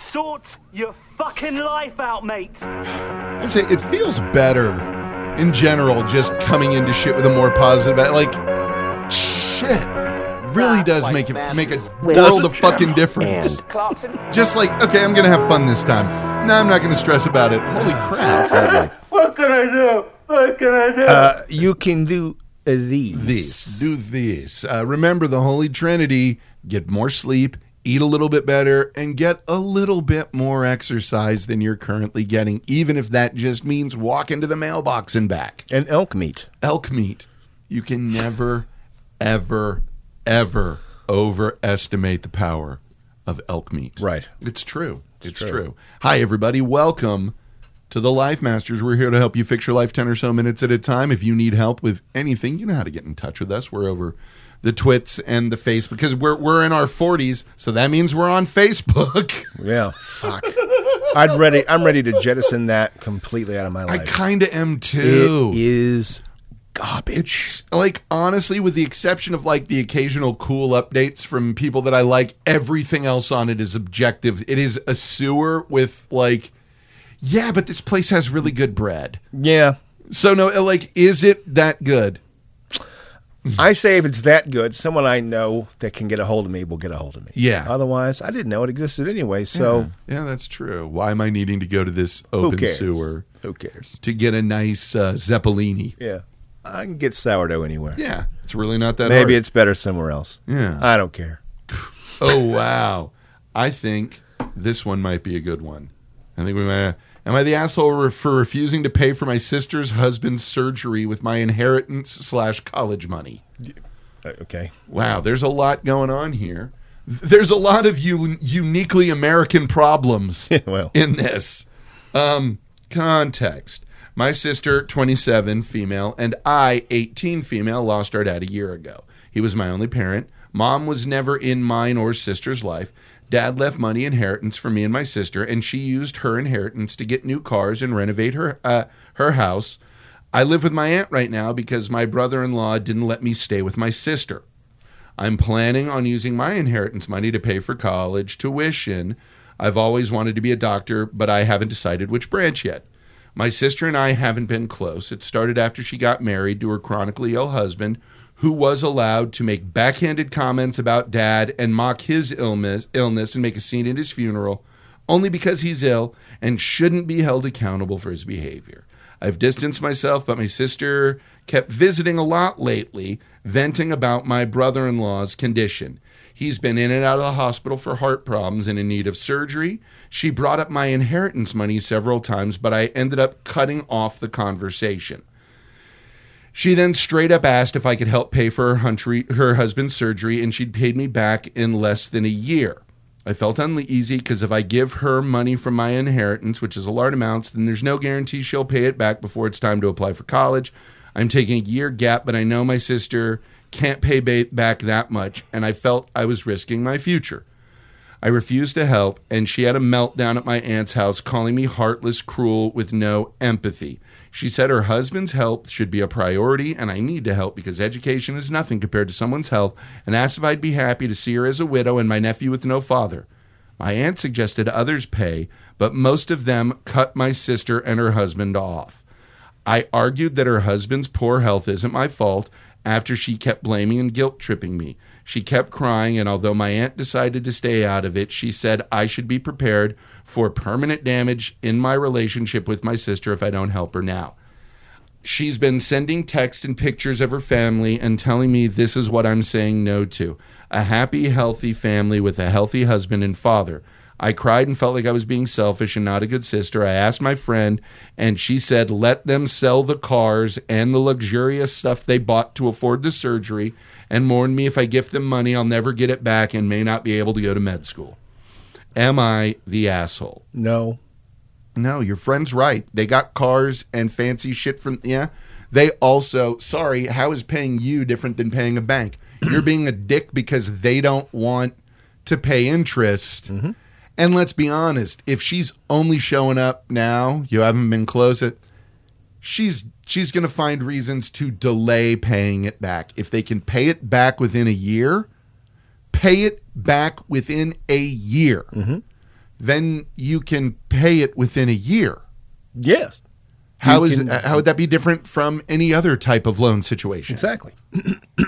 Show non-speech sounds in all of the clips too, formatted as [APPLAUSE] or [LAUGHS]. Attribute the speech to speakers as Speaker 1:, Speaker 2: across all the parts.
Speaker 1: Sort your fucking life out, mate.
Speaker 2: I'd say it feels better in general just coming into shit with a more positive like shit really does make it make a world of fucking difference.
Speaker 3: Clarkson.
Speaker 2: Just like okay, I'm gonna have fun this time. No, I'm not gonna stress about it. Holy crap!
Speaker 4: What can I do? What can I do?
Speaker 5: Uh, you can do uh, these.
Speaker 2: This do this. Uh, remember the Holy Trinity: get more sleep, eat a little bit better, and get a little bit more exercise than you're currently getting. Even if that just means walk into the mailbox and back.
Speaker 5: And elk meat.
Speaker 2: elk meat. You can never, ever, ever overestimate the power of elk meat.
Speaker 5: Right.
Speaker 2: It's true. It's
Speaker 5: true.
Speaker 2: true. Hi, everybody. Welcome to the Life Masters. We're here to help you fix your life 10 or so minutes at a time. If you need help with anything, you know how to get in touch with us. We're over the twits and the face because we're, we're in our 40s. So that means we're on Facebook.
Speaker 5: Yeah. Fuck. I'd ready. I'm ready to jettison that completely out of my
Speaker 2: I
Speaker 5: life.
Speaker 2: kind of am too.
Speaker 5: it is garbage.
Speaker 2: It's like honestly, with the exception of like the occasional cool updates from people that I like, everything else on it is objective. It is a sewer with like, yeah, but this place has really good bread.
Speaker 5: yeah.
Speaker 2: So no, uh, like, is it that good?
Speaker 5: I say if it's that good, someone I know that can get a hold of me will get a hold of me.
Speaker 2: Yeah.
Speaker 5: Otherwise, I didn't know it existed anyway. So
Speaker 2: Yeah, that's true. Why am I needing to go to this
Speaker 5: who
Speaker 2: open
Speaker 5: cares?
Speaker 2: sewer
Speaker 5: Who cares?
Speaker 2: to get a nice uh, zeppelini?
Speaker 5: Yeah. I can get sourdough anywhere.
Speaker 2: Yeah, it's really not that.
Speaker 5: Maybe
Speaker 2: hard.
Speaker 5: it's better somewhere else.
Speaker 2: Yeah.
Speaker 5: I don't care.
Speaker 2: Oh wow! I think this one might be a good one. I think we might. Am I the asshole re- for refusing to pay for my sister's husband's surgery with my inheritance slash college money?
Speaker 5: Uh, Okay.
Speaker 2: Wow, there's a lot going on here. There's a lot of un- uniquely American problems
Speaker 5: well.
Speaker 2: in this. Um, context. My sister, 27, female, and I, 18, female, lost our dad a year ago. He was my only parent. Mom was never in mine or sister's life. Dad left money inheritance for me and my sister, and she used her inheritance to get new cars and renovate her uh, her house. I live with my aunt right now because my brother-in-law didn't let me stay with my sister. I'm planning on using my inheritance money to pay for college tuition. I've always wanted to be a doctor, but I haven't decided which branch yet. My sister and I haven't been close. It started after she got married to her chronically ill husband, who was allowed to make backhanded comments about dad and mock his illness, illness and make a scene at his funeral only because he's ill and shouldn't be held accountable for his behavior. I've distanced myself, but my sister kept visiting a lot lately, venting about my brother in law's condition. He's been in and out of the hospital for heart problems and in need of surgery. She brought up my inheritance money several times, but I ended up cutting off the conversation. She then straight up asked if I could help pay for her, huntry, her husband's surgery, and she'd paid me back in less than a year. I felt uneasy because if I give her money from my inheritance, which is a large amount, then there's no guarantee she'll pay it back before it's time to apply for college. I'm taking a year gap, but I know my sister can't pay ba- back that much, and I felt I was risking my future. I refused to help, and she had a meltdown at my aunt's house, calling me heartless, cruel, with no empathy. She said her husband's health should be a priority, and I need to help because education is nothing compared to someone's health, and asked if I'd be happy to see her as a widow and my nephew with no father. My aunt suggested others pay, but most of them cut my sister and her husband off. I argued that her husband's poor health isn't my fault after she kept blaming and guilt tripping me. She kept crying, and although my aunt decided to stay out of it, she said I should be prepared for permanent damage in my relationship with my sister if I don't help her now. She's been sending texts and pictures of her family and telling me this is what I'm saying no to a happy, healthy family with a healthy husband and father. I cried and felt like I was being selfish and not a good sister. I asked my friend, and she said, let them sell the cars and the luxurious stuff they bought to afford the surgery, and warned me if I gift them money, I'll never get it back and may not be able to go to med school. Am I the asshole?
Speaker 5: No.
Speaker 2: No, your friend's right. They got cars and fancy shit from yeah. They also sorry, how is paying you different than paying a bank? You're being a dick because they don't want to pay interest. And let's be honest, if she's only showing up now, you haven't been close it she's she's going to find reasons to delay paying it back. If they can pay it back within a year, pay it back within a year. then you can pay it within a year.
Speaker 5: Yes.
Speaker 2: How is
Speaker 5: can-
Speaker 2: uh, how would that be different from any other type of loan situation?
Speaker 5: Exactly.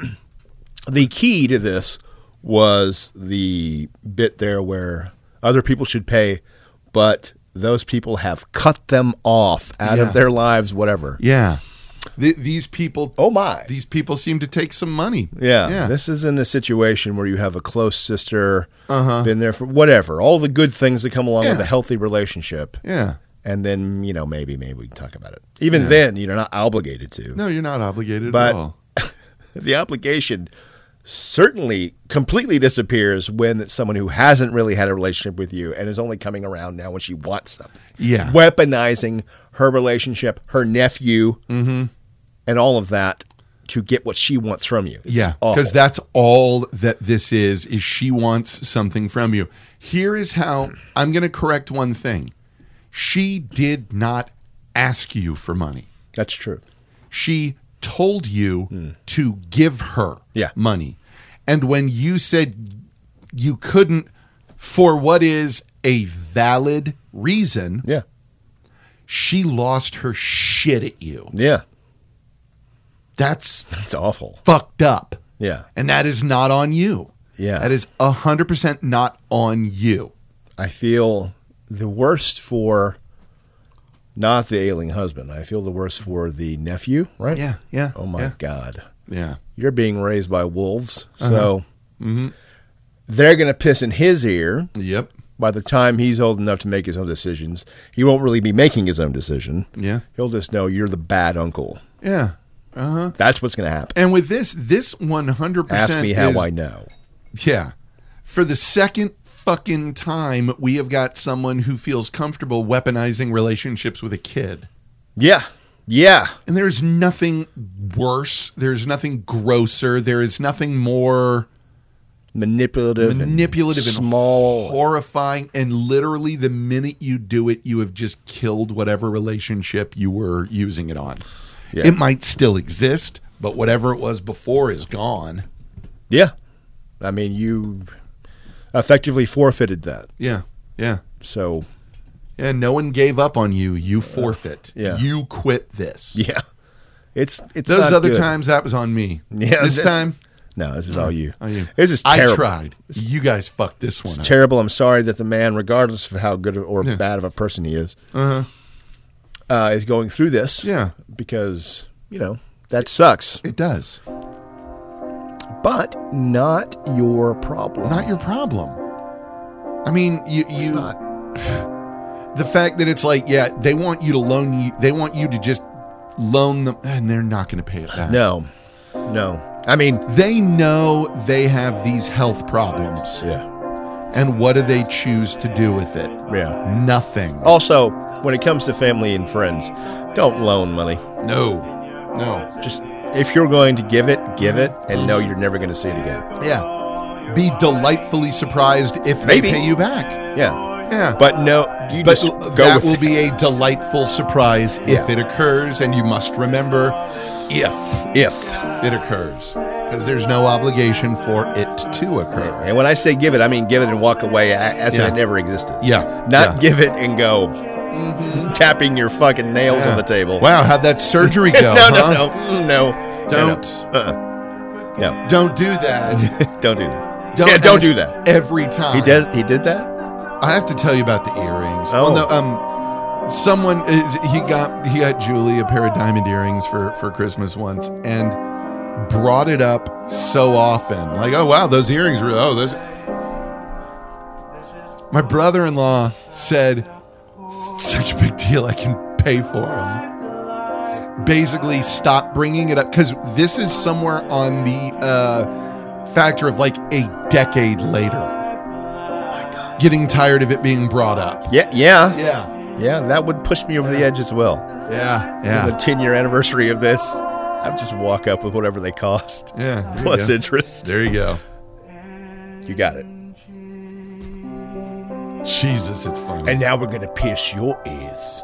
Speaker 5: [CLEARS THROAT] the key to this was the bit there where other people should pay, but those people have cut them off out
Speaker 2: Yeah.
Speaker 5: of their lives, whatever.
Speaker 2: Yeah. Th- these people
Speaker 5: Oh my.
Speaker 2: these people seem to take some money.
Speaker 5: yeah,
Speaker 2: Yeah.
Speaker 5: This is in a situation where you have a close sister, been there for whatever, all the good things that come along with
Speaker 2: Uh-huh. Yeah.
Speaker 5: a healthy relationship.
Speaker 2: yeah.
Speaker 5: And then, you know, maybe, maybe we can talk about it. Even then, you're not obligated to.
Speaker 2: No, you're not obligated
Speaker 5: But-
Speaker 2: at all.
Speaker 5: the obligation certainly completely disappears when it's someone who hasn't really had a relationship with you and is only coming around now when she wants something.
Speaker 2: Yeah.
Speaker 5: Weaponizing her relationship, her nephew,
Speaker 2: Mm-hmm.
Speaker 5: and all of that to get what she wants from you. It's
Speaker 2: Yeah,
Speaker 5: awful.
Speaker 2: because that's all that this is. Is she wants something from you? Here is how I'm going to correct one thing. She did not ask you for money.
Speaker 5: That's true.
Speaker 2: She told you to give her
Speaker 5: Yeah.
Speaker 2: money, and when you said you couldn't for what is a valid reason,
Speaker 5: Yeah.
Speaker 2: she lost her shit at you.
Speaker 5: Yeah.
Speaker 2: That's
Speaker 5: It's awful.
Speaker 2: fucked up.
Speaker 5: Yeah.
Speaker 2: And that is not on you.
Speaker 5: Yeah.
Speaker 2: That is 100% not on you.
Speaker 5: I feel the worst for not the ailing husband. I feel the worst for the nephew, right?
Speaker 2: Yeah, yeah,
Speaker 5: Oh my
Speaker 2: yeah.
Speaker 5: God.
Speaker 2: Yeah.
Speaker 5: you're being raised by wolves,
Speaker 2: Uh-huh.
Speaker 5: so
Speaker 2: Mm-hmm.
Speaker 5: they're going to piss in his ear.
Speaker 2: Yep.
Speaker 5: By the time he's old enough to make his own decisions, he won't really be making his own decision.
Speaker 2: Yeah.
Speaker 5: He'll just know you're the bad uncle.
Speaker 2: Yeah.
Speaker 5: That's what's going to happen.
Speaker 2: And with this, this 100%
Speaker 5: Ask me how
Speaker 2: is-
Speaker 5: I know.
Speaker 2: Yeah. For the second fucking time, we have got someone who feels comfortable weaponizing relationships with a kid.
Speaker 5: Yeah, yeah,
Speaker 2: And there's nothing worse. There's nothing grosser. There is nothing more
Speaker 5: manipulative, and
Speaker 2: manipulative and
Speaker 5: small.
Speaker 2: horrifying and literally the minute you do it you have just killed whatever relationship you were using it on
Speaker 5: Yeah.
Speaker 2: it might still exist but whatever it was before is gone
Speaker 5: yeah, I mean you effectively forfeited that.
Speaker 2: yeah yeah
Speaker 5: So
Speaker 2: yeah no one gave up on you you forfeit
Speaker 5: yeah.
Speaker 2: you quit this
Speaker 5: yeah, it's it's
Speaker 2: those
Speaker 5: not
Speaker 2: other
Speaker 5: good.
Speaker 2: times that was on me
Speaker 5: Yeah,
Speaker 2: this
Speaker 5: that's-
Speaker 2: time
Speaker 5: No, this is all you.
Speaker 2: on you
Speaker 5: This is terrible.
Speaker 2: i tried you guys fucked this one up.
Speaker 5: Uh-huh. terrible. I'm sorry that the man, regardless of how good or bad of a person he is, uh, is going through this.
Speaker 2: Yeah.
Speaker 5: because you know that sucks.
Speaker 2: it does
Speaker 5: But not your problem.
Speaker 2: not your problem i mean you
Speaker 5: It's
Speaker 2: you
Speaker 5: not.
Speaker 2: the fact that it's like, yeah, they want you to loan you, they want you to just loan them, and they're not going to pay it back.
Speaker 5: No, no. I mean,
Speaker 2: They know they have these health problems,
Speaker 5: yeah,
Speaker 2: and what do they choose to do with it?
Speaker 5: yeah.
Speaker 2: Nothing.
Speaker 5: Also, when it comes to family and friends, don't loan money.
Speaker 2: No, no.
Speaker 5: Just if you're going to give it, give it, and know you're never going to see it again.
Speaker 2: Yeah, be delightfully surprised if they
Speaker 5: Maybe.
Speaker 2: pay you back.
Speaker 5: Yeah,
Speaker 2: Yeah,
Speaker 5: but no, you
Speaker 2: But
Speaker 5: just
Speaker 2: l-
Speaker 5: go
Speaker 2: that
Speaker 5: with
Speaker 2: will
Speaker 5: it.
Speaker 2: be a delightful surprise if
Speaker 5: Yeah.
Speaker 2: it occurs, and you must remember if
Speaker 5: if.
Speaker 2: it occurs, because there's no obligation for it to occur.
Speaker 5: And when I say give it, I mean give it and walk away a- as
Speaker 2: Yeah.
Speaker 5: if it never existed.
Speaker 2: Yeah,
Speaker 5: Not
Speaker 2: yeah.
Speaker 5: give it and go tapping your fucking nails on the table.
Speaker 2: Wow, how'd that surgery
Speaker 5: [LAUGHS]
Speaker 2: go?
Speaker 5: no,
Speaker 2: huh?
Speaker 5: no, no, mm, no. Uh-uh.
Speaker 2: Don't
Speaker 5: No, [LAUGHS]
Speaker 2: don't do that.
Speaker 5: no. don't do that.
Speaker 2: Don't
Speaker 5: yeah, don't
Speaker 2: ask
Speaker 5: do that.
Speaker 2: Every time
Speaker 5: He does. He did that.
Speaker 2: I have to tell you about the earrings. Well,
Speaker 5: Oh.
Speaker 2: no, um, someone uh, he got he got Julie a pair of diamond earrings for for Christmas once, and brought it up so often. Like, oh wow, those earrings were oh those. My brother-in-law said, "Such a big deal, I can pay for them." Basically, stop bringing it up because this is somewhere on the uh, factor of like a decade later getting tired of it being brought up.
Speaker 5: Yeah, yeah, yeah.
Speaker 2: Yeah.
Speaker 5: that would push me over the edge as well.
Speaker 2: Yeah.
Speaker 5: The ten-year anniversary of this, I would just walk up with whatever they cost
Speaker 2: Yeah. There you
Speaker 5: plus
Speaker 2: go.
Speaker 5: interest.
Speaker 2: There you go.
Speaker 5: You got it.
Speaker 2: Jesus, it's funny.
Speaker 5: now we're gonna pierce your ears.